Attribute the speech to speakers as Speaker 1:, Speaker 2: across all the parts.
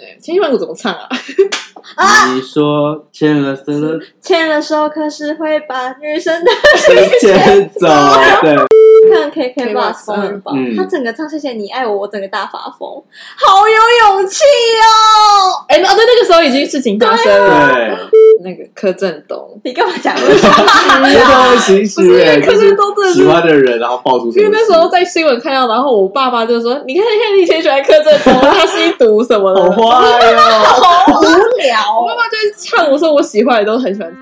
Speaker 1: 千辛万苦怎么唱啊？
Speaker 2: 你说牵了手的
Speaker 3: 牵了手可是会把女生的
Speaker 2: 手牵走，对，
Speaker 3: 看 KKBOX
Speaker 1: KKBOX
Speaker 3: 风云榜
Speaker 2: 嗯，
Speaker 3: 他整个唱谢谢你爱我，我整个大发疯，好有勇气哦！
Speaker 1: 哎、那哦对，那个时候已经事情发生了。
Speaker 2: 对，
Speaker 1: 那个柯震东，
Speaker 3: 你干嘛讲这个？
Speaker 2: 这都行
Speaker 1: 不是
Speaker 2: 许
Speaker 1: 因为
Speaker 2: 愿，
Speaker 1: 柯
Speaker 2: 就是
Speaker 1: 震东真的
Speaker 2: 喜
Speaker 1: 是。
Speaker 2: 欢的人，然后爆出这
Speaker 1: 因
Speaker 2: 个事，
Speaker 1: 为那时候在新闻看到，然后我爸爸就说：“你看，你看，你以前喜欢柯震 东，他吸毒什么的。”
Speaker 2: 好坏哦，
Speaker 3: 好无聊
Speaker 1: 我
Speaker 3: 哦
Speaker 1: 爸！爸就是唱我说我喜欢的都很喜欢。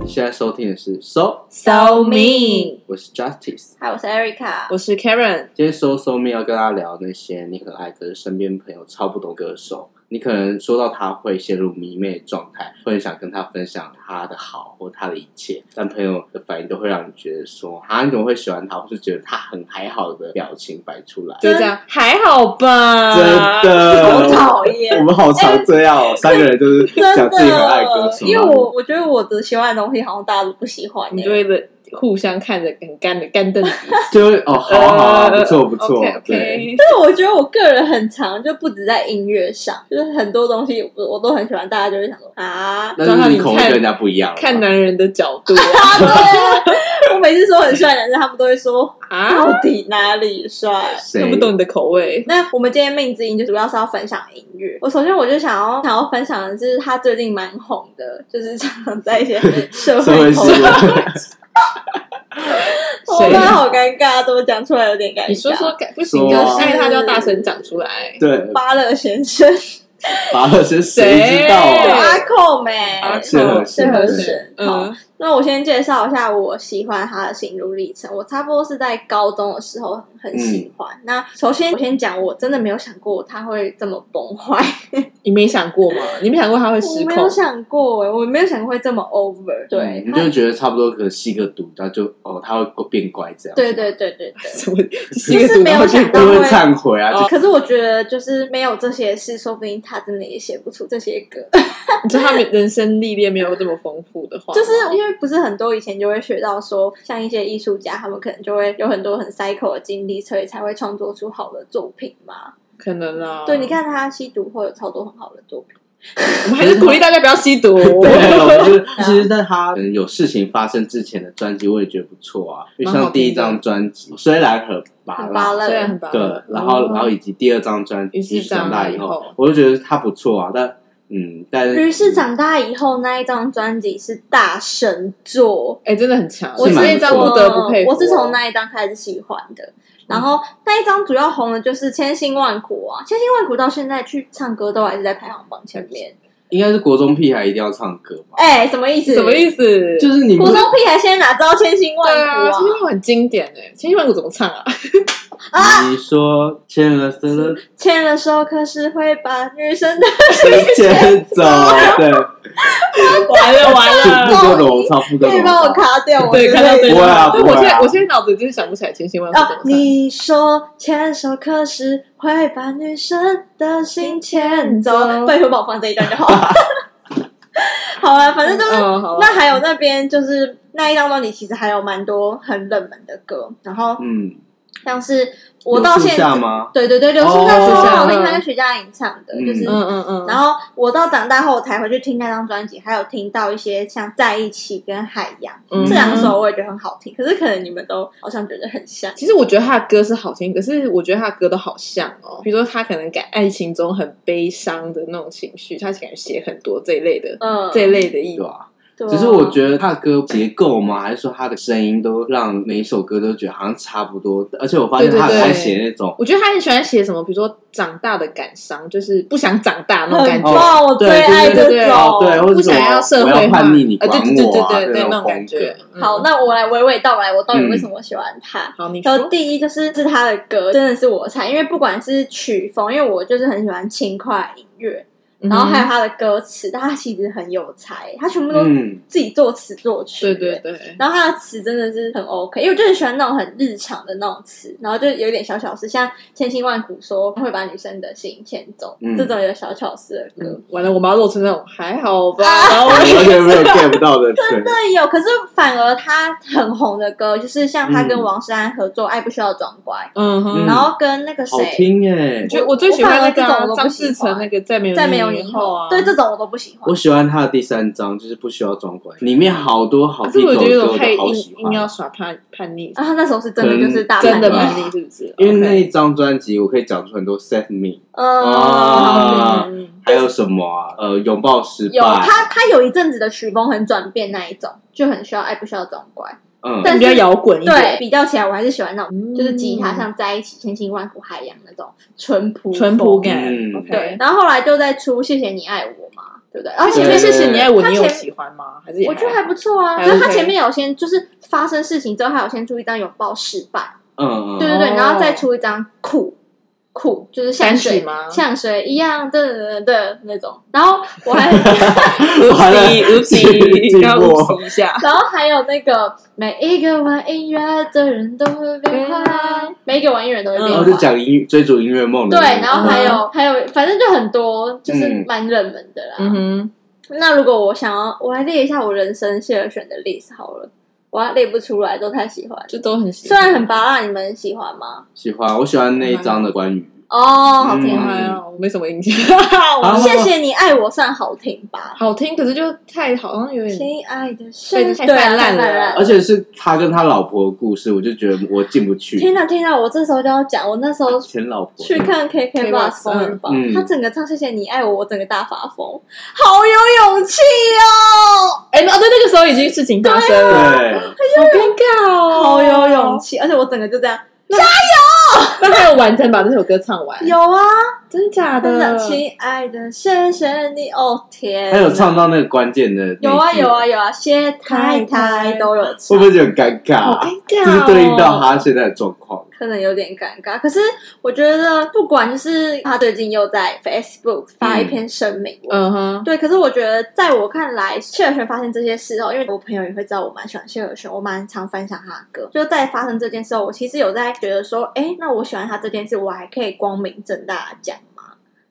Speaker 2: 你现在收听的是 So，
Speaker 1: So mean，
Speaker 2: 我是 Justice。
Speaker 3: 嗨，我是 Erica，
Speaker 1: 我是 Karen，
Speaker 2: 今天 So So Me 要跟大家聊那些你很爱，可是身边朋友超不懂歌手，你可能说到他会陷入迷妹状态，会很想跟他分享他的好或他的一切，但朋友的反应都会让你觉得说啊，你怎么会喜欢他，或是觉得他很还好的表情摆出来。
Speaker 1: 就这样，还好吧？
Speaker 2: 真
Speaker 3: 好
Speaker 2: 的，
Speaker 3: 讨
Speaker 2: 我
Speaker 3: 厌。
Speaker 2: 们好常这样哦，三个人就是讲
Speaker 3: 哎真
Speaker 2: 自己很爱歌
Speaker 3: 的
Speaker 2: 手，，
Speaker 3: 哦因为我我觉得我的喜欢的东西好像大家都不喜欢
Speaker 1: 你
Speaker 3: 耶
Speaker 1: 就会互相看着很干的干瞪眼。
Speaker 2: 就会哦，好好好，不错不错
Speaker 1: 呃 OK，OK，
Speaker 2: 对，
Speaker 3: 但我觉得我个人很长，就不止在音乐上，就是很多东西我我都很喜欢，大家就会想说啊，
Speaker 2: 但是你口味跟人家不一样，
Speaker 1: 看男人的角度啊
Speaker 3: 啊对啊我每次说很帅的男生，他们都会说
Speaker 1: 啊，
Speaker 3: 到底哪里帅？
Speaker 2: 谁
Speaker 1: 看不懂你的口味。
Speaker 3: 那我们今天命之音就主要是要分享音乐。我首先我就想要想要分享的是他最近蛮红的，就是常常在一些社
Speaker 2: 社会
Speaker 3: 会
Speaker 2: 是
Speaker 3: 头条，我
Speaker 1: 谁
Speaker 3: 真的好尴尬，怎么讲出来有点尴尬。
Speaker 1: 你说说看，不行，
Speaker 2: 说
Speaker 1: 就
Speaker 2: 啊
Speaker 1: 是爱他就要大声讲出来。
Speaker 2: 对，
Speaker 3: 巴勒先生，
Speaker 2: 哦拔了是谁知道
Speaker 1: 对
Speaker 2: 啊？
Speaker 3: 阿寇没？
Speaker 1: 啊
Speaker 2: 谢和
Speaker 3: 谢
Speaker 2: 弦
Speaker 3: 和
Speaker 2: 对
Speaker 3: 弦，好
Speaker 1: 嗯，
Speaker 3: 那我先介绍一下我喜欢他的心路历程。我差不多是在高中的时候很
Speaker 2: 嗯
Speaker 3: 喜欢。那首先我先讲，我真的没有想过他会这么崩坏，
Speaker 1: 你没想过吗？你没想过他会失
Speaker 3: 我没
Speaker 1: 控
Speaker 3: 有？想过哎、我没有想过会这么 over 对。
Speaker 2: 嗯你就觉得差不多，可能吸个毒，然后就哦，他会变乖这样，
Speaker 3: 对，对对对 对，
Speaker 1: 什么？吸个
Speaker 3: 就是
Speaker 1: 毒
Speaker 3: 没
Speaker 1: 然
Speaker 3: 有
Speaker 1: 后就
Speaker 3: 想到
Speaker 2: 就会忏悔啊，就
Speaker 3: 可是我觉得就是没有这些事，说不定他真的也写不出这些歌。
Speaker 1: 你知道他们人生历练没有这么丰富的话，
Speaker 3: 就是因为不是很多以前就会学到说，像一些艺术家，他们可能就会有很多很 cycle 的经历，所以才会创作出好的作品嘛。
Speaker 1: 可能啊啦。
Speaker 3: 对，你，看他吸毒会有超多很好的作品。
Speaker 1: 我们还是鼓励大家不要吸 毒。
Speaker 2: 对，就是其实，在他可能有事情发生之前的专辑，我也觉得不错啊，就
Speaker 1: 蛮好听
Speaker 2: 像
Speaker 1: 的
Speaker 2: 第一张专辑虽然很拔
Speaker 3: 很
Speaker 2: 辣
Speaker 3: 芭，乐
Speaker 1: 虽然很棒，
Speaker 2: 对，然后
Speaker 1: 嗯
Speaker 2: 然后以及第二张专辑
Speaker 1: 于是
Speaker 2: 就是长大
Speaker 1: 长大
Speaker 2: 以
Speaker 1: 以
Speaker 2: 后
Speaker 1: 后，
Speaker 2: 我就觉得他不错啊，但嗯，但
Speaker 3: 于是长大以后那一张专辑是大神作，
Speaker 1: 哎，真的很强。
Speaker 3: 我
Speaker 2: 是
Speaker 1: 是
Speaker 2: 蛮
Speaker 1: 那一张不得不佩服。
Speaker 3: 哦
Speaker 1: 啊
Speaker 3: 我是从那一张开始喜欢的。然后那一张主要红的就是《千辛万苦》啊，《千辛万苦》到现在去唱歌都还是在排行榜前面。
Speaker 2: 应该是国中屁孩一定要唱歌吧？
Speaker 3: 哎、什么意思？
Speaker 1: 什么意
Speaker 3: 思？
Speaker 1: 思？
Speaker 2: 就是你
Speaker 3: 古
Speaker 2: 们
Speaker 3: 中屁孩现在哪知道《千辛万
Speaker 1: 对
Speaker 3: 苦
Speaker 1: 啊，千辛》万苦很经典哎，千辛万苦怎么唱啊？
Speaker 2: 你说牵了手的
Speaker 3: 牵了手可是会把女生的
Speaker 2: 手牵走， 对，
Speaker 1: 完了完
Speaker 2: 副
Speaker 1: 了，
Speaker 2: 歌楼唱，副歌
Speaker 3: 可以帮我
Speaker 2: 楼
Speaker 3: 卡掉我
Speaker 1: 对，
Speaker 3: 之类
Speaker 1: 看到这
Speaker 3: 的
Speaker 1: 一
Speaker 2: 不会啊
Speaker 1: 段，对
Speaker 2: 不会
Speaker 1: 我
Speaker 2: 啊
Speaker 1: 现在我现在脑子就是想不起来千辛万苦怎么
Speaker 3: 哦
Speaker 1: 唱，。
Speaker 3: 你说牵手可是会把女生的心牵走，拜托帮我放这一段就好了。 好啊，反正就是、
Speaker 1: 嗯好啊
Speaker 3: 那还有那边就是那一张专辑，其实还有蛮多很冷门的歌，然后
Speaker 2: 嗯，
Speaker 3: 像是我到现
Speaker 2: 下
Speaker 3: 在，
Speaker 2: 吗？
Speaker 3: 对对对，柳树下
Speaker 2: 哦
Speaker 3: 是超好
Speaker 1: 嗯
Speaker 3: 听，他跟徐佳莹唱的，
Speaker 2: 嗯
Speaker 3: 就是。
Speaker 1: 嗯嗯嗯，
Speaker 3: 然后我到长大后，我才回去听那张专辑，还有听到一些像《在一起》跟《海洋》
Speaker 1: 嗯
Speaker 3: 这两首，我也觉得很好听。可是可能你们都好像觉得很像。
Speaker 1: 其实我觉得他的歌是好听，可是我觉得他的歌都好像哦，比如说他可能感爱情中很悲伤的那种情绪，他感觉写很多这一类的、
Speaker 3: 嗯，
Speaker 1: 这一类的意
Speaker 2: 对
Speaker 1: 思。
Speaker 2: 吧？
Speaker 3: 对啊
Speaker 2: 只是我觉得他的歌结构吗，还是说他的声音都让每一首歌都觉得好像差不多？而且我发现他很爱写那种，
Speaker 1: 我觉得他很喜欢写什么，比如说长大的感伤，就是不想长大那种感
Speaker 3: 很
Speaker 1: 觉，
Speaker 3: 棒，我最
Speaker 2: 哦对
Speaker 3: 爱
Speaker 1: 对
Speaker 3: 这种。
Speaker 1: 对
Speaker 2: 哦，对，或
Speaker 1: 不
Speaker 2: 者什
Speaker 1: 想要社
Speaker 2: 么我
Speaker 1: 会
Speaker 2: 要
Speaker 1: 化，
Speaker 2: 叛逆，你
Speaker 1: 呃
Speaker 2: 管我啊，
Speaker 1: 对对对对对
Speaker 2: 那
Speaker 1: 那
Speaker 2: 种
Speaker 1: 种感觉
Speaker 2: 风格。
Speaker 1: 嗯
Speaker 3: 好，那我来娓娓道来，我到
Speaker 2: 嗯
Speaker 3: 底为什么喜欢他？
Speaker 1: 好，你
Speaker 3: 然
Speaker 1: 说
Speaker 3: 后第一就是是他的歌，真的是我的菜，因为不管是曲风，因为我就是很喜欢轻快音乐，
Speaker 1: 嗯哼
Speaker 3: 然后还有他的歌词，但他其实很有才，他全部都
Speaker 2: 嗯，
Speaker 3: 自己作词作曲。
Speaker 1: 对对。对，
Speaker 3: 然后他的词真的是很 OK，因为我就很喜欢那种很日常的那种词，然后就有点小巧思，像千辛万苦说会把女生的心牵走，
Speaker 2: 嗯
Speaker 3: 这种有小巧思的歌。
Speaker 1: 嗯完了，我妈露出那种还好吧，然后
Speaker 2: 我 完全没有 get 不到的，对，
Speaker 3: 对，有，可是反而他很红的歌，就是像他跟王诗安合作《爱不需要装乖
Speaker 1: 嗯哼，》，
Speaker 3: 然后跟那个
Speaker 2: 好
Speaker 3: 谁，
Speaker 2: 听哎
Speaker 1: 我，觉得我最喜欢那个
Speaker 3: 我反而这种
Speaker 1: 啊
Speaker 3: 我
Speaker 1: 张
Speaker 3: 不喜
Speaker 1: 世
Speaker 3: 欢
Speaker 1: 成那个再没有
Speaker 3: 再没有
Speaker 1: 你
Speaker 3: 你后
Speaker 1: 啊，
Speaker 3: 嗯对这种我都不喜欢
Speaker 2: 我。喜欢他的第三章，就是不需要装乖，里面好多好
Speaker 1: 可是
Speaker 2: 听
Speaker 1: 我
Speaker 2: 的
Speaker 1: 觉得
Speaker 2: 歌，
Speaker 1: 有
Speaker 2: 我
Speaker 1: 种太
Speaker 2: 都好
Speaker 1: 硬
Speaker 2: 喜
Speaker 1: 硬要
Speaker 2: 欢。
Speaker 1: 耍叛叛逆，
Speaker 3: 啊，他那时候是真的就是大
Speaker 1: 真的
Speaker 3: 叛
Speaker 1: 叛
Speaker 3: 逆
Speaker 1: 逆是不是？
Speaker 2: 因为那
Speaker 1: OK
Speaker 2: 一张专辑，我可以讲出很多 Set Me，
Speaker 3: 呃嗯，
Speaker 2: 啊
Speaker 1: 嗯
Speaker 2: 还有什么啊？呃，拥抱失败，
Speaker 3: 有他他有一阵子的曲风很转变那一种，就很需要哎爱不需要装乖。
Speaker 2: 嗯，
Speaker 3: 但
Speaker 1: 比较摇滚一
Speaker 3: 对，
Speaker 1: 点，
Speaker 3: 比较起来我还是喜欢那种
Speaker 1: 嗯
Speaker 3: 就是吉他像在一起千辛万苦海洋那种淳朴
Speaker 1: 淳朴
Speaker 3: 风
Speaker 1: 感
Speaker 2: 嗯。
Speaker 3: 对哦
Speaker 1: OK，，
Speaker 3: 然后后来就在出谢谢你爱我嘛，对不对？而
Speaker 1: 那
Speaker 3: 且
Speaker 1: 前
Speaker 2: 对
Speaker 1: 面谢谢你爱我，
Speaker 3: 他
Speaker 1: 你
Speaker 3: 前
Speaker 1: 有喜欢吗？还是也
Speaker 3: 我觉得还
Speaker 1: 好
Speaker 3: 不错啊，
Speaker 1: 还
Speaker 3: 就是他
Speaker 1: OK
Speaker 3: 前面有先就是发生事情之后，他有先出一张拥抱失败，
Speaker 2: 嗯嗯，
Speaker 3: 对对对，
Speaker 1: 哦
Speaker 3: 然后再出一张酷酷，就是像
Speaker 1: 单曲
Speaker 3: 水
Speaker 1: 吗
Speaker 3: 像水一样的的那种。然后我还，。
Speaker 2: 完了
Speaker 1: Oopsie，
Speaker 2: 进
Speaker 1: Oopsie，
Speaker 2: 步
Speaker 1: 要 Oopsie 一下
Speaker 3: 然后还有那个每一个玩音乐的人都会变坏，每一个玩音乐人都会
Speaker 2: 然
Speaker 3: 变
Speaker 1: 嗯
Speaker 2: 后嗯哦就
Speaker 3: 坏。
Speaker 2: 讲音追逐音乐梦的
Speaker 3: 对，
Speaker 2: 那个，
Speaker 3: 然后还
Speaker 1: 嗯
Speaker 3: 有还有，反正就很多，就是
Speaker 2: 嗯
Speaker 3: 蛮热门的啦。
Speaker 1: 嗯 哼，
Speaker 3: 那如果我想要，我来列一下我人生谢尔选的 list 好了，我还列不出来，都太喜
Speaker 2: 嗯
Speaker 3: 欢。
Speaker 1: 就都很喜
Speaker 3: 虽
Speaker 1: 欢，
Speaker 3: 然很拔辣，你们喜欢吗？
Speaker 2: 喜欢，我喜欢那一张的关于，
Speaker 3: 哦，好听
Speaker 1: 我
Speaker 3: 吗？
Speaker 1: 还好，啊我没什么印象。
Speaker 2: 嗯好
Speaker 1: 我
Speaker 3: 谢谢你爱我算好听吧，
Speaker 1: 好听，可是就太好，好像有点
Speaker 3: 亲爱的深，
Speaker 1: 太
Speaker 3: 对啊
Speaker 1: 泛滥了
Speaker 3: 太泛滥
Speaker 2: 而且是他跟他老婆的故事，我就觉得我进不去。
Speaker 3: 天哪天哪，我这时候就要讲，我那时候
Speaker 2: 前老婆
Speaker 3: 去看 KK
Speaker 1: KK
Speaker 3: Bus
Speaker 1: Bus，
Speaker 3: 疯人榜
Speaker 2: 嗯，
Speaker 3: 他整个唱谢谢你爱我，我整个大发疯，好有勇气哦，
Speaker 1: 哎，那哦对，那个时候已经事情发生了，
Speaker 2: 对，
Speaker 1: 好尴尬哦，
Speaker 3: 好有勇。气，而且我整个就这样，
Speaker 1: 那还有完整把这首歌唱完，
Speaker 3: 有啊，
Speaker 1: 真的假
Speaker 3: 真的，
Speaker 1: 的？
Speaker 3: 亲爱的，谢谢你哦，天，
Speaker 2: 还有唱到那个关键的，
Speaker 3: 有啊有啊，有啊，谢太太都有
Speaker 2: 会
Speaker 3: 唱
Speaker 2: 不，会就很尴
Speaker 1: 好尴尬
Speaker 2: 尬？啊就
Speaker 1: 哦，
Speaker 2: 是对应到他现在的状 况。
Speaker 3: 可能有点尴尬。可是我觉得，不管就是他最近又在 Facebook 发一篇声明文。
Speaker 1: 嗯哼，
Speaker 3: 对，可是我觉得，在我看来，谢尔轩发生这些事哦后，因为我朋友也会知道我蛮喜欢谢尔轩，我蛮常分享他的歌。就在发生这件事后，我其实有在觉得说，哎，那我喜欢他这件事，我还可以光明正大地讲吗？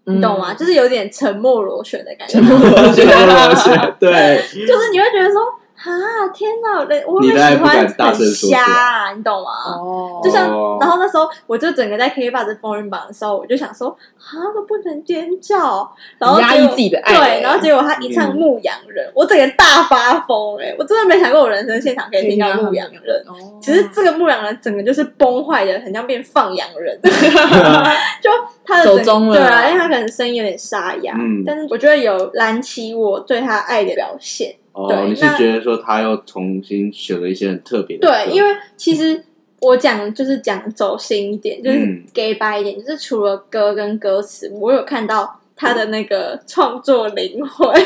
Speaker 3: 你懂吗？
Speaker 1: 嗯？
Speaker 3: 就是有点沉默螺旋的感觉。
Speaker 1: 沉默螺旋
Speaker 2: 对，
Speaker 3: 就是你会觉得说，啊，天哪，我的我会
Speaker 2: 你
Speaker 3: 不
Speaker 2: 的爱
Speaker 3: 会喜
Speaker 2: 不
Speaker 3: 欢
Speaker 2: 敢大声
Speaker 3: 很
Speaker 2: 说出
Speaker 3: 瞎
Speaker 2: 来
Speaker 3: 啊，你懂吗？
Speaker 1: 哦，
Speaker 3: 就像，
Speaker 2: 哦
Speaker 3: 然后那时候我就整个在 K 吧这风云榜的时候，我就想说，啊，都不能尖叫，然后
Speaker 1: 压
Speaker 3: 结
Speaker 1: 抑
Speaker 3: 果
Speaker 1: 自己的爱
Speaker 3: 对，然后结果他一唱《
Speaker 2: 嗯
Speaker 3: 牧羊人》，我整个大发疯哎、我真的没想过我人生现场可以听到《牧羊人》。
Speaker 1: 哦
Speaker 3: 其实这个牧羊人整个就是崩坏的，很像变放羊 人，就他的
Speaker 1: 走
Speaker 3: 整个
Speaker 1: 中了
Speaker 3: 对啊，因为他可能声音有点沙哑，
Speaker 2: 嗯
Speaker 3: 但是我觉得有燃起我对他爱的表现。
Speaker 2: 哦，
Speaker 3: 对
Speaker 2: 你是
Speaker 3: 那
Speaker 2: 觉得说他又重新选了一些很特别的歌？
Speaker 3: 对，因为其实我讲就是讲走心一点，就是
Speaker 2: 嗯
Speaker 3: gay 白一点，就是除了歌跟歌词，我有看到他的那个创作灵魂，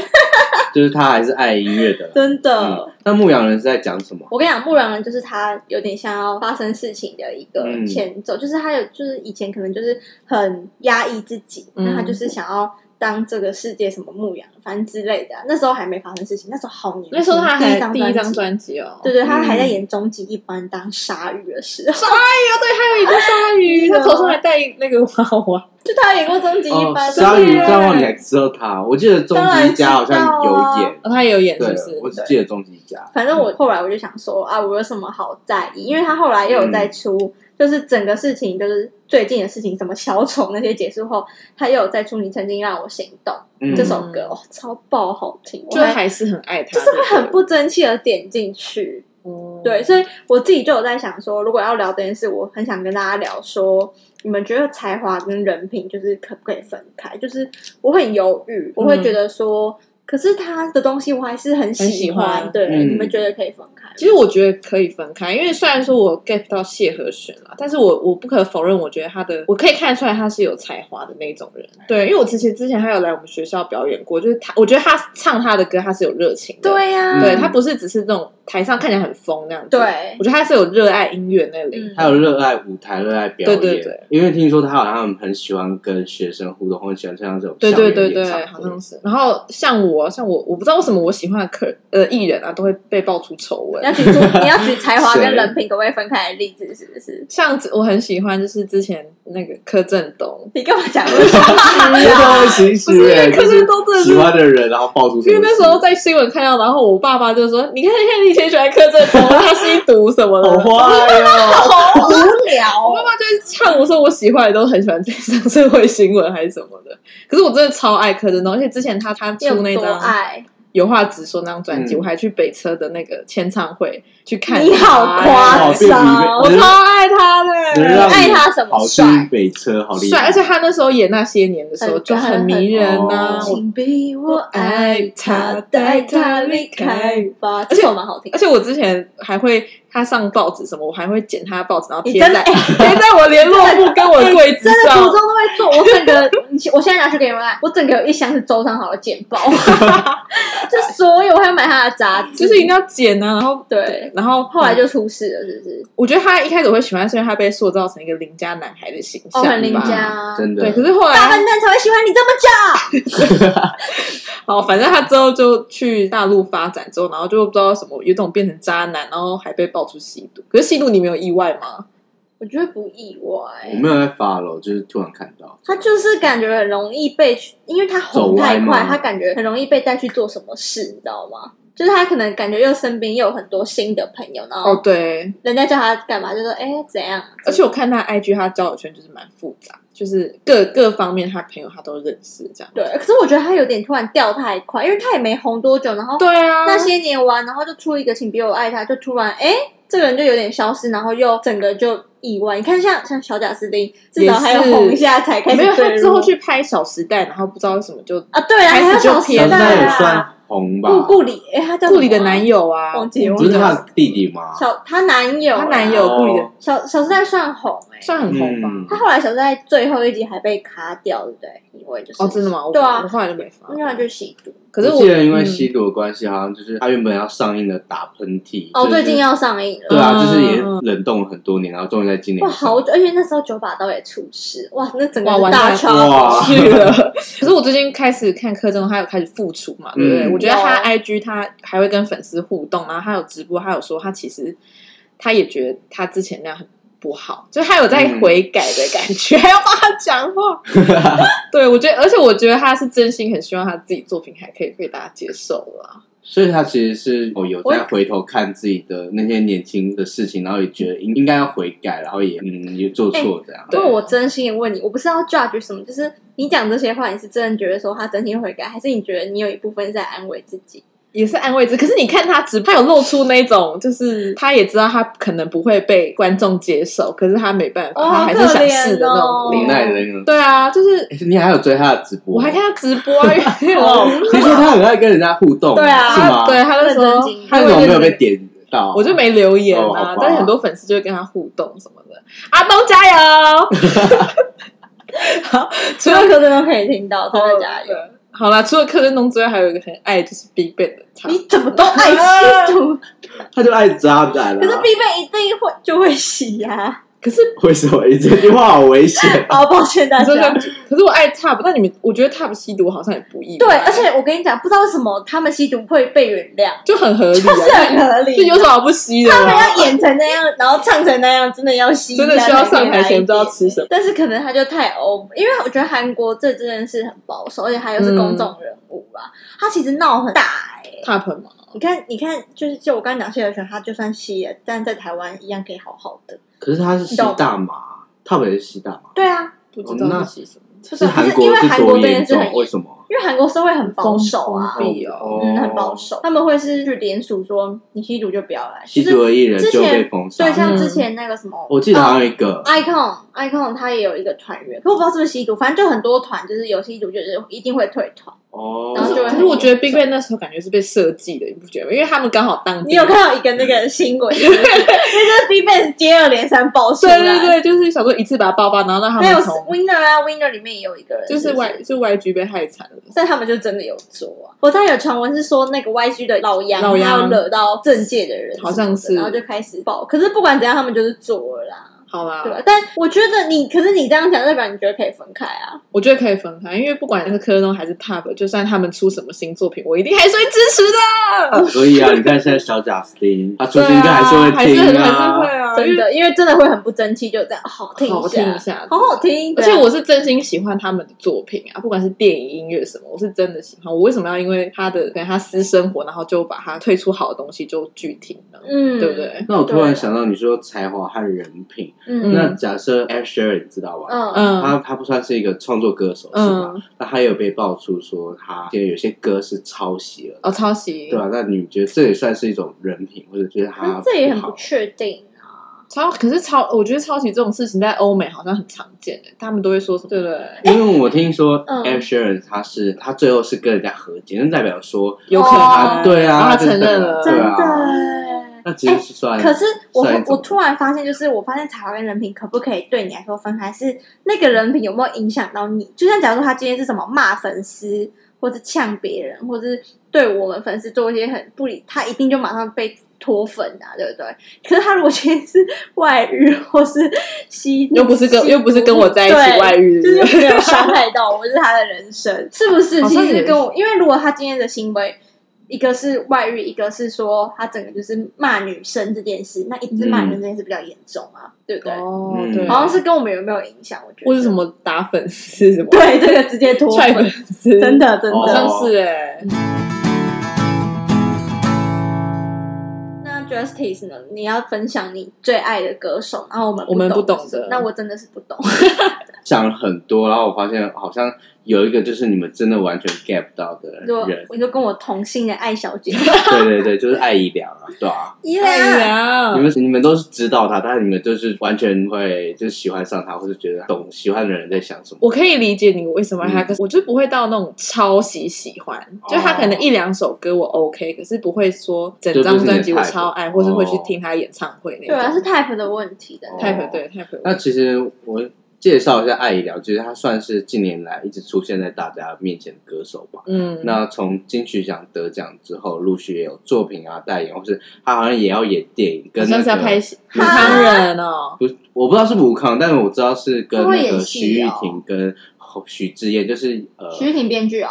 Speaker 2: 就是他还是爱音乐的啦。
Speaker 3: 真的。
Speaker 2: 嗯那牧羊人是在讲什么？
Speaker 3: 我跟你讲，牧羊人就是他有点像要发生事情的一个
Speaker 2: 嗯
Speaker 3: 前奏，就是他有就是以前可能就是很压抑自己，
Speaker 1: 嗯
Speaker 3: 那他就是想要当这个世界什么牧羊，反正之类的。啊那时候还没发生事情，那时候好年轻，
Speaker 1: 那时候他还第
Speaker 3: 第
Speaker 1: 一张
Speaker 3: 一张辑。
Speaker 1: 专辑哦，
Speaker 3: 对对，他
Speaker 2: 嗯
Speaker 3: 还在演终极一班当鲨鱼的时候，
Speaker 1: 对，啊还有一个鲨鱼，他头上还戴那个娃娃，
Speaker 3: 就他演过终极一
Speaker 2: 哦，
Speaker 3: 班，
Speaker 2: 鲨鱼
Speaker 3: 对
Speaker 1: 耶
Speaker 2: 张望你还知道他？我记得终极一家好像
Speaker 3: 当然
Speaker 2: 有
Speaker 3: 知道啊
Speaker 2: 演，
Speaker 1: 哦他也有演，是
Speaker 2: 对
Speaker 1: 不是，
Speaker 2: 我？只记得终极一家。
Speaker 3: 反正我后来我就想说啊，我有什么好在意？因为他后来又有在出，
Speaker 2: 嗯
Speaker 3: 就是整个事情，就是最近的事情，什么小丑那些结束后，他又有在出《你曾经让我心动》
Speaker 2: 嗯
Speaker 3: 这首歌，哦、超爆好听，我
Speaker 1: 就还是很嗯爱他，
Speaker 3: 就是会很不争气的点进去。
Speaker 1: 不
Speaker 3: 对，所以我自己就有在想说，如果要聊这件事，我很想跟大家聊说，你们觉得才华跟人品就是可不可以分开？就是我很犹豫，我会觉得说，可是他的东西我还是很喜
Speaker 1: 嗯很喜欢
Speaker 3: 对，
Speaker 2: 嗯
Speaker 3: 你们觉得可以分开吗？
Speaker 1: 其实我觉得可以分开，因为虽然说我 get 不到谢和弦啦，但是我我不可否认，我觉得他的我可以看得出来他是有才华的那一种人。对，因为我之前之前他有来我们学校表演过，就是他，我觉得他唱他的歌，他是有热情的。
Speaker 3: 对呀、啊
Speaker 2: 嗯
Speaker 1: 对他不是只是那种台上看起来很疯那样子。
Speaker 3: 对
Speaker 1: 我觉得他是有热爱音乐那里。
Speaker 3: 嗯
Speaker 2: 还有热爱舞台、热爱表演，
Speaker 1: 对对对
Speaker 2: 因为听说他好像很喜欢跟学生互动，很喜欢参加这种
Speaker 1: 对对
Speaker 2: 校
Speaker 1: 对
Speaker 2: 园
Speaker 1: 对
Speaker 2: 演唱，会
Speaker 1: 好像是。然后像我，像我，我不知道为什么我喜欢的客人呃艺人啊，都会被爆出丑闻
Speaker 3: 你。要举出你要举才华跟
Speaker 2: 谁
Speaker 3: 人品可不可以分开的例子，是不是？
Speaker 1: 像我很喜欢，就是之前那个柯震东，
Speaker 3: 你干嘛讲这个？
Speaker 2: 这个会 心
Speaker 1: 不是因
Speaker 2: 虚欸
Speaker 1: 为柯
Speaker 2: 就
Speaker 1: 震
Speaker 2: 是
Speaker 1: 东真的
Speaker 2: 喜
Speaker 1: 是。
Speaker 2: 欢的人，然后爆出什
Speaker 1: 因
Speaker 2: 么事，
Speaker 1: 为那时候在新闻看到，然后我爸爸就说：“你看，你看，你以前喜欢柯震东，他吸毒什么的。”
Speaker 2: 好坏哟，
Speaker 3: 好无聊
Speaker 1: 我
Speaker 3: 哦
Speaker 1: 爸爸就是呛我说我喜欢的都很喜欢追 上社会新闻还是什么的，可是我真的超爱柯震东，而且之前他他
Speaker 3: 你有
Speaker 1: 出那
Speaker 3: 多
Speaker 1: 张
Speaker 3: 爱？
Speaker 1: 有话直说那张专辑，
Speaker 2: 嗯
Speaker 1: 我还去北车的那个签唱会去看。哎
Speaker 3: 你好夸
Speaker 2: 好变
Speaker 3: 张，哦
Speaker 2: 迷
Speaker 1: 我超爱他
Speaker 2: 能
Speaker 1: 的，
Speaker 2: 让
Speaker 3: 爱他什么
Speaker 2: 好去
Speaker 3: 帅？
Speaker 2: 北车，好厉
Speaker 1: 帅，
Speaker 2: 害，
Speaker 1: 而且他那时候演那些年的时候
Speaker 3: 很
Speaker 1: 就很迷人呐、
Speaker 2: 很
Speaker 1: 我
Speaker 3: 请逼我爱他，带他离开吧。
Speaker 1: 而且
Speaker 3: 这首蛮好听
Speaker 1: 而，且我之前还会他上报纸什么，我还会剪他的报纸，然后
Speaker 3: 你
Speaker 1: 贴
Speaker 3: 真的
Speaker 1: 在
Speaker 3: 哎
Speaker 1: 贴在我联络簿跟我的柜子
Speaker 3: 真的
Speaker 1: 上
Speaker 3: 途中。都会做。我整个，你我现在拿去给你们看，我整个有一箱是周汤豪的剪报，就所有我还要买他的杂志，
Speaker 1: 就是一定要剪啊，然后
Speaker 3: 对
Speaker 1: 然后
Speaker 3: 后来就出事了，是不是？
Speaker 1: 我觉得他一开始我会喜欢，是因为他被塑造成一个邻家男孩的形象
Speaker 3: 哦
Speaker 1: 吧，
Speaker 3: 很邻
Speaker 2: 吧
Speaker 3: 家
Speaker 2: 真的
Speaker 1: 啊对，可是后
Speaker 3: 大
Speaker 1: 来，
Speaker 3: 笨蛋才会喜欢你这么久。
Speaker 1: 好，反正他之后就去大陆发展之后，然后就不知道什么，有种变成渣男，然后还被爆出吸毒。可是吸毒你没有意外吗？
Speaker 3: 我觉得不意
Speaker 2: 我
Speaker 3: 外，
Speaker 2: 没有在 follow，就是突然看到，
Speaker 3: 他就是感觉很容易被，因为他红太
Speaker 2: 走歪
Speaker 3: 快，
Speaker 2: 吗
Speaker 3: 他感觉很容易被带去做什么事，你知道吗？就是他可能感觉又身边又有很多新的朋友，然
Speaker 1: 哦，
Speaker 3: 后
Speaker 1: 对，
Speaker 3: 人家叫他干嘛，就说哎、怎样？
Speaker 1: 而且我看他 IG，他交友圈就是蛮复杂，就是各各方面他朋友他都认识这样。
Speaker 3: 对，可是我觉得他有点突然掉太快，因为他也没红多久，然后
Speaker 1: 对啊，
Speaker 3: 那些年完，然后就出一个《请比我爱他》，就突然哎、这个人就有点消失，然后又整个就意外。你看像，像小贾斯汀，至少还有
Speaker 1: 也是
Speaker 3: 红一下才开始
Speaker 1: 没有他
Speaker 3: 坠
Speaker 1: 之后
Speaker 3: 落
Speaker 1: 去拍《小时代》，然后不知道为什么就
Speaker 3: 啊，对啊，
Speaker 1: 开始
Speaker 3: 还有
Speaker 1: 就
Speaker 3: 小时
Speaker 1: 偏
Speaker 2: 小时
Speaker 3: 代
Speaker 2: 代也
Speaker 3: 啊
Speaker 2: 算红吧，
Speaker 3: 顾顾里，哎、他叫
Speaker 1: 顾里的
Speaker 3: 什么啊
Speaker 1: 男友啊，
Speaker 3: 忘记了
Speaker 2: 不是他的弟弟吗？
Speaker 3: 小她男友啊，
Speaker 1: 他男友顾里的
Speaker 2: 哦
Speaker 3: 小小时代算红哎、欸，
Speaker 1: 算很红吧？
Speaker 2: 嗯
Speaker 3: 他后来小时代最后一集还被卡掉，对不对？因为就是
Speaker 1: 哦，真的吗？我
Speaker 3: 对啊
Speaker 1: 我后来就没发。
Speaker 3: 因为他就吸毒
Speaker 1: 可是
Speaker 2: 我记得因
Speaker 1: 嗯
Speaker 2: 为吸毒的关系，好像就是他原本要上映的打喷嚏，
Speaker 3: 哦，
Speaker 2: 就是
Speaker 3: 最近要上映
Speaker 2: 对
Speaker 3: 了。
Speaker 2: 啊，
Speaker 1: 嗯
Speaker 2: 就是也冷冻了很多年，然后终于在今年
Speaker 3: 哇，好久！而且那时候九把刀也出事，哇，那整个
Speaker 1: 哇完蛋
Speaker 3: 大
Speaker 1: 了
Speaker 3: 超
Speaker 2: 哇
Speaker 1: 去了。啊 可是我最近开始看柯震东，他有开始复出嘛，对不对？
Speaker 2: 嗯
Speaker 1: 我觉得他
Speaker 3: 有
Speaker 1: IG 他还会跟粉丝互动，然后他有直播，他有说他其实他也觉得他之前那样很不好，就是他有在悔改的感觉，还要帮他讲话。 对，我觉得，而且我觉得他是真心很希望他自己作品还可以被大家接受了。
Speaker 2: 所以他其实是哦有在回头看自己的那些年轻的事情，然后也觉得应应该要悔改，然后也嗯也做错这样。哎
Speaker 1: 对
Speaker 3: 不过我真心地问你，我不是要 judge 什么，就是你讲这些话，你是真的觉得说他真心悔改，还是你觉得你有一部分在安慰自己？
Speaker 1: 也是安慰之，可是你看他直，他有露出那种，就是他也知道他可能不会被观众接受，可是他没办法，
Speaker 3: 哦
Speaker 1: 他还是想试的那
Speaker 3: 好
Speaker 1: 种
Speaker 3: 可怜哦
Speaker 2: 无
Speaker 1: 脸。
Speaker 2: 奈的那种。
Speaker 1: 对啊，就是
Speaker 2: 诶你还有追他的直播？
Speaker 1: 我还看他直播 啊，因为我
Speaker 2: 听说他很爱跟人家互动，
Speaker 3: 对啊
Speaker 2: 是吗？
Speaker 1: 对，他就
Speaker 3: 认
Speaker 1: 说
Speaker 3: 真经营
Speaker 1: 他
Speaker 2: 他
Speaker 1: 会
Speaker 2: 为什么没有被
Speaker 1: 认真
Speaker 2: 点到？啊
Speaker 1: 我就没留言
Speaker 2: 哦好
Speaker 1: 啊
Speaker 2: 吧，
Speaker 1: 但是很多粉丝就会跟他互动什么的。阿东加 油！好，除
Speaker 3: 所
Speaker 1: 了
Speaker 3: 有歌真都可以听到，真的假
Speaker 1: 哦
Speaker 3: 的？
Speaker 1: 好啦，除了柯震东之外，还有一个很爱就是 Big Bang 的他。
Speaker 3: 你怎么都爱
Speaker 1: 啊
Speaker 3: 吸毒？
Speaker 2: 他就爱渣男
Speaker 3: 可是
Speaker 2: 啊！
Speaker 3: 必备一定会就会洗呀、
Speaker 1: 可是
Speaker 2: 为什么？你这句话好危险。
Speaker 3: 好，抱歉大
Speaker 1: 你说
Speaker 3: 家
Speaker 1: 像。，可是我爱 Top，但你们我觉得 Top 吸毒好像也不意外，
Speaker 3: 对，而且我跟你讲，不知道为什么他们吸毒会被原谅，
Speaker 1: 就很合理啊，
Speaker 3: 就是很合理。
Speaker 1: 就有什么好不吸的
Speaker 3: 他们
Speaker 1: 啊？
Speaker 3: 要演成那样，然后唱成那样，真的要吸一下
Speaker 1: 真的需要上台
Speaker 3: 才可以来一
Speaker 1: 前不知道
Speaker 3: 点
Speaker 1: 吃什么。
Speaker 3: 但是可能他就太欧，因为我觉得韩国这真的是很保守，而且他又是公众人物啦，他其实闹很大哎、
Speaker 1: Top 嘛，
Speaker 3: 你看，你看，就是就我刚刚讲谢和弦，他就算吸了，但在台湾一样可以好好的。
Speaker 2: 可是他是吸大麻，他本人是吸大麻，
Speaker 3: 对啊，
Speaker 1: 不知道
Speaker 2: 哦那
Speaker 1: 是吸什么，
Speaker 3: 就是
Speaker 2: 是韩
Speaker 3: 因
Speaker 2: 国
Speaker 3: 为
Speaker 2: 是
Speaker 3: 韩国
Speaker 2: 多
Speaker 3: 这件
Speaker 2: 严
Speaker 3: 事很
Speaker 2: 重？为什么？
Speaker 3: 因为韩国社会很保守啊，
Speaker 1: 封闭哦。
Speaker 3: 嗯，很保守。他们会是去联署说，你吸毒就不要来，
Speaker 2: 吸毒的艺人
Speaker 3: 之
Speaker 2: 就
Speaker 3: 前
Speaker 2: 被封杀
Speaker 3: 就是。对，像嗯
Speaker 1: 嗯
Speaker 3: 之前那个什么，
Speaker 2: 我记得好像有一个，
Speaker 3: Icon ，Icon 他也有一个团员，可我不知道是不是吸毒，反正就很多团，就是有吸毒就是一定会退团。
Speaker 2: 哦，
Speaker 3: 然后就会
Speaker 1: 可是我觉得 Big Bang 那时候感觉是被设计的，你不觉得吗？因为他们刚好当
Speaker 3: 你有看到一个那个新闻，因为就是 B b 接二连三爆出
Speaker 1: 对
Speaker 3: 来，
Speaker 1: 对对，就是想说一次把它爆发，然后让他
Speaker 3: 没有
Speaker 1: 们从
Speaker 3: Winner 啊，Winner 里面也有一个人，
Speaker 1: 就是
Speaker 3: 不
Speaker 1: Y 就 YG 被害惨了。
Speaker 3: 但他们就真的有做啊！我当然有传闻是说那个 YG 的老杨，
Speaker 1: 老杨
Speaker 3: 他有惹到政界的人什么的，
Speaker 1: 好像是
Speaker 3: 然后就开始爆。可是不管怎样，他们就是做了啦，
Speaker 1: 好啦，
Speaker 3: 对吧？但我觉得你，可是你这样讲，代表你觉得可以分开啊？
Speaker 1: 我觉得可以分开，因为不管是科东还是 Pub，就算他们出什么新作品，我一定还是会支持 的。
Speaker 2: 所以啊，你看现在小贾斯 汀，他出
Speaker 1: 对
Speaker 2: 新歌还是
Speaker 1: 啊，还
Speaker 2: 会
Speaker 1: 是
Speaker 2: 听
Speaker 1: 很还是会啊，
Speaker 3: 真
Speaker 1: 因为
Speaker 3: 的，因为真的会很不争气，就这样好听
Speaker 1: 好
Speaker 3: 一
Speaker 1: 听一
Speaker 3: 下，
Speaker 1: 下，
Speaker 3: 好好听。
Speaker 1: 而
Speaker 3: 对
Speaker 1: 且
Speaker 3: 啊
Speaker 1: 我是真心喜欢他们的作品啊，不管是电影、音乐什么，我是真的喜欢。我为什么要因为他的可能他私生活，然后就把他推出好的东西就拒停呢？
Speaker 3: 嗯，
Speaker 1: 对不？对？
Speaker 2: 那我突然想到，你说才华和人品，
Speaker 3: 嗯
Speaker 2: 那假设 a s h e r 你知道吧？
Speaker 3: 嗯
Speaker 2: 他
Speaker 1: 嗯
Speaker 2: 他不算是一个创作歌手是吧？
Speaker 1: 嗯，
Speaker 2: 那他也有被爆出说他现在有些歌是抄袭了，
Speaker 1: 哦，抄袭，
Speaker 2: 对吧、啊那你觉得这也算是一种人品，或者觉得他
Speaker 3: 嗯那这也很
Speaker 2: 好
Speaker 3: 不确定。啊
Speaker 1: 抄可是抄，我觉得抄袭这种事情在欧美好像很常见诶，他们都会说什么？对不对？
Speaker 2: 因为我听说
Speaker 3: 嗯
Speaker 2: Ed Sheeran 他是他最后是跟人家和解，那代表说
Speaker 1: 有可能，
Speaker 2: 他对
Speaker 1: 然后
Speaker 2: 啊，
Speaker 1: 他承认了，
Speaker 2: 对
Speaker 3: 真
Speaker 2: 啊
Speaker 3: 的。
Speaker 2: 那其实是算
Speaker 3: 哎可是我
Speaker 2: 算一种
Speaker 3: 我突然发现，就是我发现才华跟人品可不可以对你来说分开，是那个人品有没有影响到你？就像假如说他今天是什么骂粉丝，或者呛别人，或者是对我们粉丝做一些很不理，他一定就马上被脱粉啊， 对不对？可是他如果今天是外遇或是吸，
Speaker 1: 又不是跟
Speaker 3: 吸毒
Speaker 1: 又不是跟我在一起
Speaker 3: 对
Speaker 1: 外遇，
Speaker 3: 就是
Speaker 1: 对不对
Speaker 3: 没有伤害到我，就是他的人生，是不是？
Speaker 1: 好
Speaker 3: 其
Speaker 1: 像
Speaker 3: 实
Speaker 1: 也
Speaker 3: 跟我，因为如果他今天的行为，一个是外遇，一个是说他整个就是骂女生这件事，那一直骂女生这件事比较严重啊，对不对？
Speaker 1: 嗯哦，
Speaker 2: 嗯
Speaker 1: 对，
Speaker 3: 好像是跟我们有没有影响？我觉得
Speaker 1: 或是什么打粉丝什么
Speaker 3: 对这个直接脱
Speaker 1: 踹粉
Speaker 3: 粉，
Speaker 1: 丝，
Speaker 3: 真的真
Speaker 1: 好
Speaker 3: 的。
Speaker 1: 像是
Speaker 2: 哦
Speaker 1: 哎，
Speaker 3: 那 Justice 呢？你要分享你最爱的歌手，然后我们
Speaker 1: 我们不懂
Speaker 3: 懂是
Speaker 1: 的
Speaker 3: 那我真的是不懂。
Speaker 2: 讲了很多，然后我发现好像有一个就是你们真的完全 get 不到的
Speaker 3: 就
Speaker 2: 人，
Speaker 3: 我就跟我同姓的艾小姐，
Speaker 2: 对对对，就是艾怡良啊，对啊，
Speaker 3: 依
Speaker 1: 哎
Speaker 3: 然
Speaker 1: 呀
Speaker 2: 你，们你们都是知道他，但是你们就是完全会就是喜欢上他，或是觉得懂喜欢的人在想什么。
Speaker 1: 我可以理解你为什么爱他，
Speaker 2: 嗯
Speaker 1: 可是我就不会到那种抄袭喜欢，就他可能一两首歌我 OK，可是不会说整张专辑我超爱，
Speaker 2: 哦就
Speaker 1: 或
Speaker 2: 是
Speaker 1: 是
Speaker 2: 你的哦 type
Speaker 1: 会去听他演唱会那
Speaker 3: 对啊，是
Speaker 1: 种。
Speaker 3: type 的问题的。
Speaker 2: 哦
Speaker 1: type 对 type，
Speaker 2: 那其实我介绍一下艾怡良，其实他算是近年来一直出现在大家面前的歌手吧。
Speaker 1: 嗯，
Speaker 2: 那从金曲奖得奖之后，陆续也有作品啊、代言，或是他好像也要演电影，
Speaker 1: 好
Speaker 2: 跟
Speaker 1: 像
Speaker 2: 那个
Speaker 1: 是要拍 戏武康人哦，
Speaker 2: 不，我不知道是不是吴康，但是我知道是跟
Speaker 3: 他会
Speaker 2: 那
Speaker 3: 演
Speaker 2: 个徐
Speaker 3: 戏
Speaker 2: 玉
Speaker 3: 哦
Speaker 2: 婷跟侯许志燕，就是呃
Speaker 3: 徐玉婷编剧哦，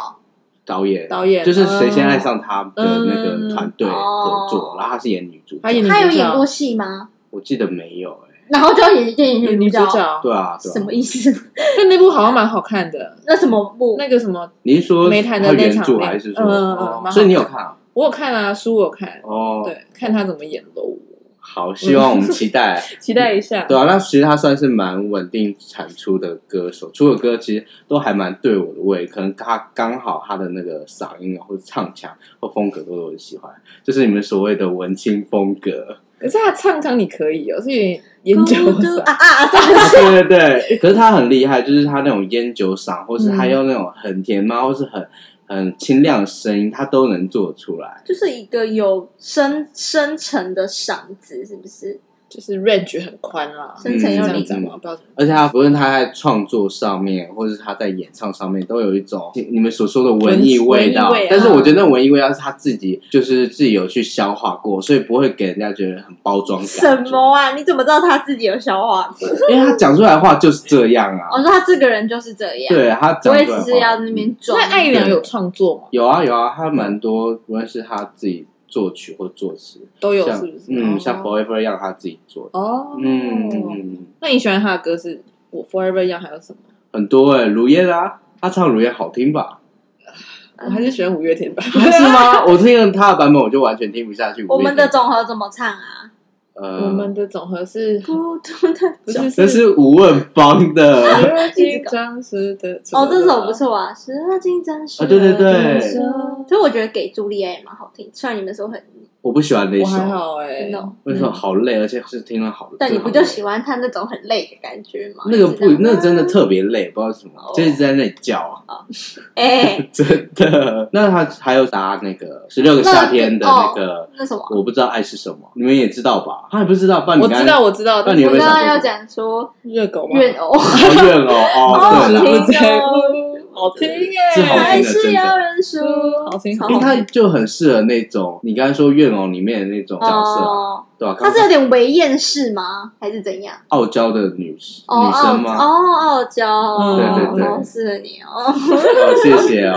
Speaker 2: 导演
Speaker 1: 导演哦
Speaker 2: 就是谁先爱上他的那个
Speaker 1: 嗯
Speaker 2: 团队合作，
Speaker 3: 哦
Speaker 2: 然后他是演女主角，
Speaker 1: 他演女
Speaker 3: 他有
Speaker 1: 主角
Speaker 3: 演过戏吗？
Speaker 2: 我记得没有哎、
Speaker 3: 然后就要演电影
Speaker 1: 女
Speaker 3: 主
Speaker 1: 主角，
Speaker 2: 对啊，对
Speaker 3: 什
Speaker 2: 啊，
Speaker 3: 么意思？
Speaker 1: 但那部好像蛮好看的。
Speaker 3: 那什么部？
Speaker 1: 那个什么，
Speaker 2: 你是说
Speaker 1: 梅谈的
Speaker 2: 他
Speaker 1: 那
Speaker 2: 原
Speaker 1: 场
Speaker 2: 著
Speaker 1: 恋
Speaker 2: 还是说？
Speaker 1: 嗯嗯嗯
Speaker 2: 哦
Speaker 1: 蛮好
Speaker 2: 所以你有看啊？
Speaker 1: 我有看啊，书我有看，
Speaker 2: 哦，
Speaker 1: 对，看他怎么演喽，
Speaker 2: 好，希望我们期待。
Speaker 1: 期待一下。
Speaker 2: 对啊，那其实他算是蛮稳定产出的歌手，出的歌其实都还蛮对我的胃，可能他刚好他的那个嗓音啊，或者唱腔或风格都是我很喜欢，就是你们所谓的文青风格。
Speaker 1: 可是他唱腔你可以哦，是有点研究
Speaker 3: 孤独
Speaker 1: 啥
Speaker 3: 啊啊啊！这样
Speaker 2: 对对对，可是他很厉害，就是他那种烟酒嗓，或是他用那种很甜吗，或是很很清亮的声音，他都能做出来。
Speaker 3: 就是一个有深深沉的嗓子，是不是？
Speaker 1: 就是 range 很宽啦，
Speaker 3: 深层
Speaker 1: 这
Speaker 3: 有
Speaker 2: 嗯
Speaker 1: 样
Speaker 3: 理。
Speaker 1: 讲吗？不知道怎么
Speaker 2: 而且他不论他在创作上面，或是他在演唱上面，都有一种你们所说的文艺味
Speaker 1: 文
Speaker 2: 道。
Speaker 1: 文艺味啊
Speaker 2: 但是我觉得那文艺味道是他自己就是自己有去消化过，所以不会给人家觉得很包装感。
Speaker 3: 什？么啊？你怎么知道他自己有消化过？
Speaker 2: 因为他讲出来的话就是这样
Speaker 1: 哦
Speaker 3: 我
Speaker 2: 啊。
Speaker 3: 哦说他这个人就是这样，
Speaker 2: 对他
Speaker 3: 我
Speaker 2: 讲
Speaker 3: 也
Speaker 2: 出来
Speaker 3: 只
Speaker 2: 的
Speaker 3: 是要
Speaker 2: 话，
Speaker 3: 那边装。
Speaker 1: 那艾良有创作吗？
Speaker 2: 有啊有啊，他蛮多，无论是他自己作曲或作词，
Speaker 1: 都有
Speaker 2: 像
Speaker 1: 是不是？
Speaker 2: 嗯，
Speaker 1: 哦
Speaker 2: 像 Forever 让他自己做的，
Speaker 1: 哦，
Speaker 2: 嗯，
Speaker 1: 那你喜欢他的歌是《我 Forever Young》还有什么？
Speaker 2: 很多哎、如烟啊，他唱如烟好听吧？
Speaker 1: 我还是喜欢五月天吧。
Speaker 2: 是吗？我听了他的版本，我就完全听不下去。
Speaker 3: 我们的
Speaker 2: 总
Speaker 3: 总和怎么唱 啊？
Speaker 1: 我
Speaker 2: 呃，
Speaker 1: 们的总和是
Speaker 3: 孤独的
Speaker 1: 不是
Speaker 2: 这是吴问芳的，
Speaker 1: 紧张时的
Speaker 3: 哦，这首不错啊，十二金针是。
Speaker 2: 啊对对对
Speaker 3: 所以我觉得给朱丽叶也蛮好听，虽然你们说很
Speaker 2: 我不喜欢那一
Speaker 1: 我还
Speaker 2: 首，
Speaker 1: 好哎、
Speaker 3: No
Speaker 2: 那首好累，而且是听了好。
Speaker 3: 但你不
Speaker 2: 真的
Speaker 3: 就
Speaker 2: 好累
Speaker 3: 喜欢他那种很累的感觉吗？
Speaker 2: 那个
Speaker 3: 你知道
Speaker 2: 不
Speaker 3: 吗，
Speaker 2: 那个真的特别累，不知道为什么
Speaker 3: 哦，
Speaker 2: 就一直在那里叫啊，
Speaker 3: 哎，
Speaker 2: 真 的。那他还有打那个十六个夏天的那个，
Speaker 3: 那什哦么？
Speaker 2: 我不知道爱是什么，你们也知道吧？他也不知道，不然你
Speaker 1: 我
Speaker 2: 刚才
Speaker 1: 知道，我知道，
Speaker 2: 那
Speaker 1: 但
Speaker 2: 你有
Speaker 3: 我
Speaker 2: 没
Speaker 3: 刚
Speaker 2: 有想
Speaker 3: 刚
Speaker 2: 过
Speaker 3: 要讲说
Speaker 1: 热狗吗？
Speaker 3: 怨偶，
Speaker 2: 好怨哦，哦，对
Speaker 3: 好
Speaker 2: 了，
Speaker 3: 听
Speaker 1: 我在
Speaker 3: 哦
Speaker 1: 乎好听
Speaker 2: 这好
Speaker 1: 耶、
Speaker 2: 听
Speaker 3: 还是要认输，
Speaker 1: 好听
Speaker 3: 超
Speaker 2: 因
Speaker 3: 好
Speaker 2: 为他就很适合那种你刚才说怨偶里面的那种角色，
Speaker 3: 哦，
Speaker 2: 对吧？
Speaker 3: 他是有点为厌世吗？还是怎样？
Speaker 2: 傲娇的女女
Speaker 3: 哦，傲
Speaker 2: 生吗？嗯
Speaker 3: 哦，傲娇，
Speaker 1: 对
Speaker 2: 对对
Speaker 3: 哦适合你哦。
Speaker 2: 哦，谢 谢哦。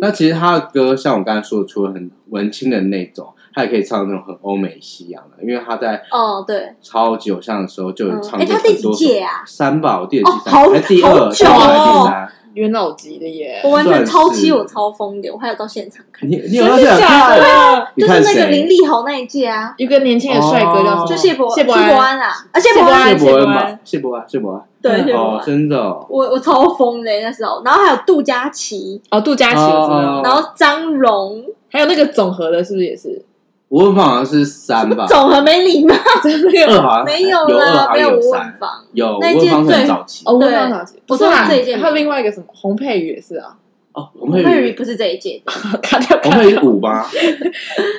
Speaker 2: 那其实他的歌，像我刚才说，除了很文青的那种，他也可以唱那种很欧美西洋的，因为他在
Speaker 3: 哦，对，
Speaker 2: 超级偶像的时候就有
Speaker 3: 嗯，
Speaker 2: 唱
Speaker 3: 哎，
Speaker 2: 过
Speaker 3: 他第
Speaker 2: 很
Speaker 3: 几
Speaker 2: 多首
Speaker 3: 届啊？
Speaker 2: 三吧，我记得第
Speaker 3: 哦好
Speaker 2: 三，还第二，
Speaker 3: 好久
Speaker 2: 第二还是
Speaker 3: 哦
Speaker 2: 第三。
Speaker 1: 元老级的耶，
Speaker 3: 我完全
Speaker 2: 算
Speaker 3: 超
Speaker 2: 是
Speaker 3: 期，我超疯的，我还有到现场看，
Speaker 2: 你你有
Speaker 1: 真
Speaker 2: 没有
Speaker 1: 的
Speaker 2: 想
Speaker 1: 假
Speaker 2: 看？
Speaker 1: 的？
Speaker 2: 你
Speaker 3: 就
Speaker 2: 看
Speaker 3: 是那个林
Speaker 2: 谁？
Speaker 3: 立豪那一届啊，
Speaker 1: 一个年轻的帅哥叫什么？
Speaker 2: 哦
Speaker 3: 就谢伯
Speaker 1: 谢伯
Speaker 3: 安
Speaker 1: 安
Speaker 3: 啊，啊谢
Speaker 1: 谢
Speaker 3: 伯
Speaker 1: 伯
Speaker 3: 安
Speaker 1: 安，
Speaker 2: 谢伯恩
Speaker 1: 谢伯
Speaker 2: 吧
Speaker 1: 恩，
Speaker 2: 谢伯恩，谢伯恩。
Speaker 3: 对
Speaker 1: 嗯
Speaker 3: 谢伯
Speaker 2: 哦，
Speaker 3: 安，
Speaker 2: 真的哦，
Speaker 3: 我我超疯的那时候，然后还有杜佳琪，
Speaker 1: 哦，杜佳琪我知道，
Speaker 2: 哦
Speaker 3: 然后张荣，
Speaker 1: 还有那个总和的，是不是也是？
Speaker 2: 吴文芳好像是三吧，
Speaker 3: 总和没礼貌，
Speaker 1: 真的有
Speaker 2: 二好像
Speaker 3: 没有
Speaker 2: 啊有二，
Speaker 3: 啦，
Speaker 2: 好
Speaker 3: 没
Speaker 2: 像
Speaker 3: 有吴文
Speaker 2: 三，
Speaker 3: 芳，
Speaker 2: 有吴
Speaker 3: 那
Speaker 2: 文
Speaker 3: 届
Speaker 2: 芳是很
Speaker 3: 最
Speaker 2: 早期
Speaker 1: 哦，我
Speaker 3: 对
Speaker 1: 没有想起，
Speaker 3: 我
Speaker 1: 不
Speaker 3: 说
Speaker 1: 是啦，
Speaker 3: 这一件
Speaker 1: 还有另外一个什么洪佩瑜也是啊，
Speaker 2: 哦，我
Speaker 3: 吴
Speaker 2: 们
Speaker 3: 佩
Speaker 2: 有
Speaker 3: 瑜不是这一届的，
Speaker 1: 卡掉
Speaker 2: 我
Speaker 1: 卡
Speaker 2: 们有
Speaker 1: 掉
Speaker 2: 五吧。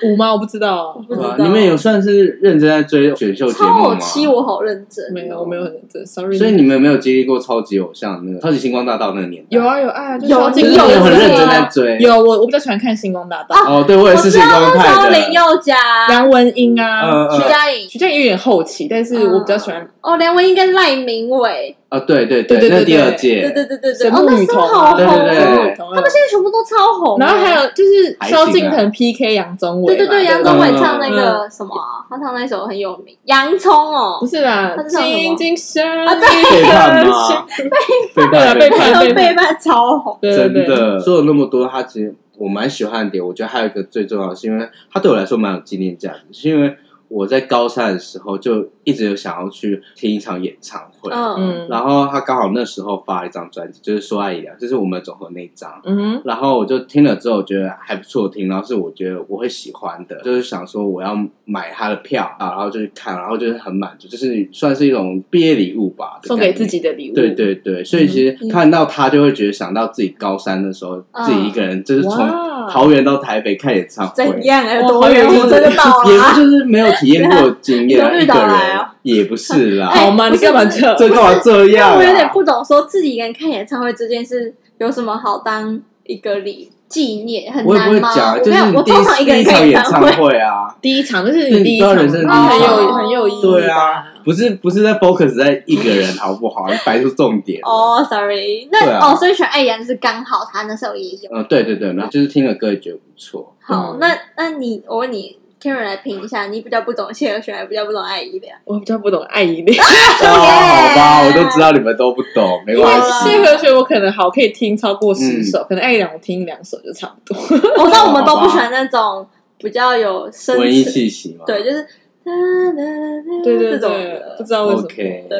Speaker 1: 五吗？我不知道啊，
Speaker 3: 不知
Speaker 2: 对啊
Speaker 3: 道，
Speaker 2: 你们有算是认真在追选秀节
Speaker 3: 超
Speaker 2: 目
Speaker 3: 我
Speaker 2: 吗？
Speaker 3: 期，我好认真，
Speaker 1: 没有，我没有很认真，sorry。
Speaker 2: 所以你们有没有经历过超级偶像那个超级星光大道那个年代？
Speaker 1: 有，啊有啊，就是
Speaker 3: 有
Speaker 1: 要
Speaker 3: 你
Speaker 1: 进
Speaker 2: 就是
Speaker 1: 入
Speaker 2: 你
Speaker 3: 有
Speaker 2: 们很
Speaker 1: 这个
Speaker 2: 认真
Speaker 1: 啊
Speaker 2: 在追。
Speaker 1: 有我，我比较喜欢看《星光大道》
Speaker 2: 哦，对我也
Speaker 3: 我
Speaker 2: 是
Speaker 3: 知
Speaker 2: 星
Speaker 3: 道
Speaker 2: 光
Speaker 3: 那时候
Speaker 2: 派
Speaker 3: 林
Speaker 2: 的。
Speaker 3: 宥嘉、
Speaker 1: 梁文音啊，
Speaker 2: 嗯嗯
Speaker 3: 徐佳莹，
Speaker 1: 徐佳莹有点后期，但是我比较喜欢
Speaker 3: 哦，梁文应跟赖明伟，
Speaker 2: 啊，对对
Speaker 1: 对对对
Speaker 2: 那第二
Speaker 3: 对
Speaker 2: 届，
Speaker 3: 对对对对，
Speaker 1: 神
Speaker 3: 哦，
Speaker 1: 木
Speaker 3: 那
Speaker 1: 女
Speaker 3: 时
Speaker 1: 童
Speaker 3: 候
Speaker 1: 啊，
Speaker 3: 好红哦
Speaker 2: 对对对
Speaker 1: 神木女童啊
Speaker 3: 他们现在全部都超红欸，
Speaker 1: 然后还有就是
Speaker 2: 还行啊
Speaker 1: 萧敬腾 PK 杨宗纬啊
Speaker 3: 对
Speaker 1: 嘛，
Speaker 3: 对对，杨
Speaker 1: 吧
Speaker 3: 宗纬
Speaker 2: 嗯
Speaker 3: 唱那个什么啊，他唱那首很有名，《洋葱》哦
Speaker 1: 不，是啦
Speaker 3: 他，是唱什么
Speaker 1: 金金山
Speaker 3: 哦啊对
Speaker 2: 背叛吗？背
Speaker 1: 对啊
Speaker 2: 背
Speaker 1: 背叛，
Speaker 2: 叛
Speaker 3: 那首背叛超红，
Speaker 1: 对对
Speaker 2: 真
Speaker 1: 对，
Speaker 2: 的说了那么多，他其实我蛮喜欢的点，我觉得还有一个最重要的是，因为他对我来说蛮有纪念价值，是因为我在高三的时候就一直有想要去听一场演唱会，
Speaker 3: 嗯
Speaker 1: 嗯
Speaker 2: 然后他刚好那时候发了一张专辑，就是说爱已了，就是我们总合那一张。
Speaker 1: 嗯哼，
Speaker 2: 然后我就听了之后觉得还不错听，然后是我觉得我会喜欢的，就是想说我要买他的票啊，然后就去看，然后就是很满足，就是算是一种毕业礼物吧，
Speaker 1: 送给自。己的礼物，
Speaker 2: 对对对，所以其实看到他就会觉得想到自己高三的时候，
Speaker 3: 嗯
Speaker 2: 自己一个人就是从
Speaker 1: 哇
Speaker 2: 桃园到台北看演唱会，
Speaker 3: 怎样啊？
Speaker 1: 哇
Speaker 3: 多远
Speaker 1: 好有
Speaker 3: 我真的到
Speaker 2: 也
Speaker 3: 了啊
Speaker 2: 不，就是没有体验过的经验啊，
Speaker 3: 你从
Speaker 2: 一
Speaker 3: 绿
Speaker 2: 个
Speaker 3: 岛
Speaker 2: 人
Speaker 3: 来啊
Speaker 2: 也不是 啦，
Speaker 3: 哎
Speaker 1: 好吗？
Speaker 3: 不
Speaker 1: 你
Speaker 3: 是
Speaker 1: 干嘛
Speaker 3: 不是
Speaker 1: 这？
Speaker 2: 这干嘛这样、啊？
Speaker 3: 我有点不懂，说自己一个人看演唱会这件事有什么好当一个礼纪念，很
Speaker 2: 我也不
Speaker 3: 难
Speaker 2: 会
Speaker 3: 吗？
Speaker 2: 讲啊，
Speaker 3: 我
Speaker 2: 就
Speaker 3: 没
Speaker 2: 是
Speaker 3: 有，我
Speaker 2: 你第
Speaker 3: 通常
Speaker 2: 一
Speaker 3: 一个
Speaker 2: 第一
Speaker 3: 人
Speaker 2: 场
Speaker 3: 看
Speaker 2: 演
Speaker 3: 唱
Speaker 2: 唱，会啊，
Speaker 1: 第一场，这是你第一场，
Speaker 2: 那你当然是第一
Speaker 1: 那
Speaker 2: 场
Speaker 1: 很有很有意义。
Speaker 2: 对啊，，不是不是在 focus 在一个人好不好？你 摆出重点。
Speaker 3: 哦，sorry，
Speaker 2: 对
Speaker 3: 那
Speaker 2: 啊
Speaker 3: 哦，所以选爱然是刚好他那时候也有。
Speaker 2: 嗯，对对对，然后就是听了歌也觉得不错。
Speaker 3: 好
Speaker 1: 嗯，
Speaker 3: 那那你我问你，Karen 来评一下，你比较不懂谢和弦，还比较不懂爱依恋。
Speaker 1: 我比较不懂爱依恋，
Speaker 3: 啊
Speaker 2: 哦，好吧，我都知道你们都不懂，没
Speaker 1: 因为
Speaker 2: 关
Speaker 1: 谢
Speaker 2: 系。
Speaker 1: 和弦我可能好可以听超过十
Speaker 2: 嗯
Speaker 1: 首，可能爱依恋我听两首就差不多。
Speaker 3: 我知道我们都
Speaker 2: 好
Speaker 3: 不
Speaker 2: 吧
Speaker 3: 喜欢那种比较有深
Speaker 2: 文艺
Speaker 3: 沉，
Speaker 2: 气息嘛，
Speaker 3: 对，就是哒哒哒
Speaker 1: 对
Speaker 3: 这
Speaker 1: 对
Speaker 3: 种
Speaker 1: 对，不
Speaker 3: 的，
Speaker 1: 知道为什么。
Speaker 2: ，OK，
Speaker 3: 对，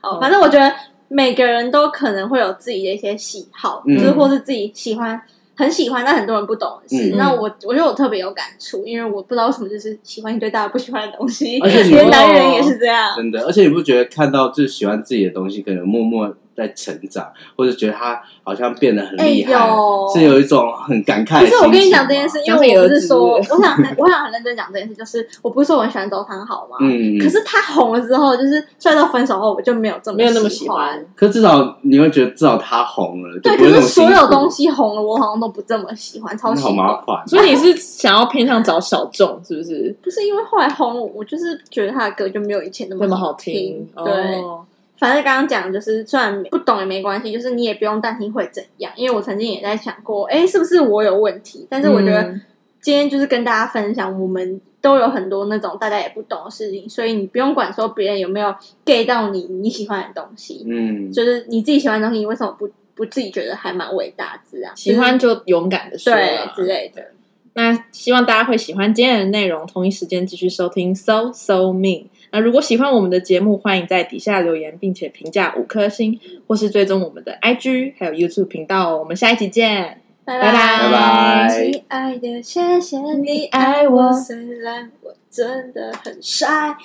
Speaker 3: 好，
Speaker 2: 哦
Speaker 1: 嗯
Speaker 3: 反正我觉得每个人都可能会有自己的一些喜好，
Speaker 2: 嗯
Speaker 3: 就是或是自己喜欢。很喜欢，但很多人不懂的事。
Speaker 2: 嗯
Speaker 3: 那我我觉得我特别有感触，因为我不知道为什么就是喜欢一堆大家不喜欢的东西，
Speaker 2: 而且你
Speaker 3: 连
Speaker 2: 会
Speaker 3: 男人也是这样。
Speaker 2: 真的，而且你不觉得看到就是喜欢自己的东西，可能默默在成长，或者觉得他好像变得很厉害
Speaker 3: 哎呦，
Speaker 2: 是有一种很感慨
Speaker 3: 不是
Speaker 2: 的心情吗。
Speaker 3: 我跟你讲这件事，因
Speaker 1: 相信
Speaker 3: 为
Speaker 1: 你
Speaker 3: 我
Speaker 1: 儿
Speaker 3: 不是
Speaker 1: 子
Speaker 3: 说，
Speaker 1: 是
Speaker 3: 我想很我想很认真讲这件事，就是我不是说我很喜欢周汤豪嘛，
Speaker 2: 嗯，
Speaker 3: 可是他红了之后，就是帅到分手后，我就没有这么
Speaker 1: 没有那么
Speaker 3: 喜
Speaker 1: 喜欢。
Speaker 2: 可至少你会觉得至少他红了，
Speaker 3: 对，
Speaker 2: 就不
Speaker 3: 可
Speaker 2: 会那
Speaker 3: 是
Speaker 2: 么
Speaker 3: 所
Speaker 2: 辛
Speaker 3: 有
Speaker 2: 苦
Speaker 3: 东西红了，我好像都不这么喜欢，超
Speaker 2: 嗯
Speaker 3: 喜
Speaker 2: 好麻
Speaker 3: 欢。
Speaker 2: 烦。
Speaker 1: 所以你是想要偏向找小众，是不是？
Speaker 3: 不是因为后来红，我就是觉得他的歌就没有以前那
Speaker 1: 那么好
Speaker 3: 好
Speaker 1: 听，
Speaker 3: 对，
Speaker 1: 哦
Speaker 3: 反正刚刚讲就是，虽然不懂也没关系，就是你也不用担心会怎样。因为我曾经也在想过，哎，是不是我有问题？但是我觉得
Speaker 1: 嗯
Speaker 3: 今天就是跟大家分享，我们都有很多那种大家也不懂的事情，所以你不用管说别人有没有 get 到你你喜欢的东西。
Speaker 2: 嗯，
Speaker 3: 就是你自己喜欢的东西，你为什么不不自己觉得还蛮伟大之啊？
Speaker 1: 喜欢就勇敢的
Speaker 3: 就
Speaker 1: 说啊
Speaker 3: 是
Speaker 1: 啦
Speaker 3: 对之类的。
Speaker 1: 那希望大家会喜欢今天的内容，同一时间继续收听 So So Me。那如果喜欢我们的节目，欢迎在底下留言，并且评价五颗星，或是追踪我们的 IG 还有 YouTube 频道哦。我们下一集见，
Speaker 3: 拜
Speaker 1: 拜拜
Speaker 2: 拜
Speaker 3: 亲爱的，谢谢你爱我，虽然我真的很帅。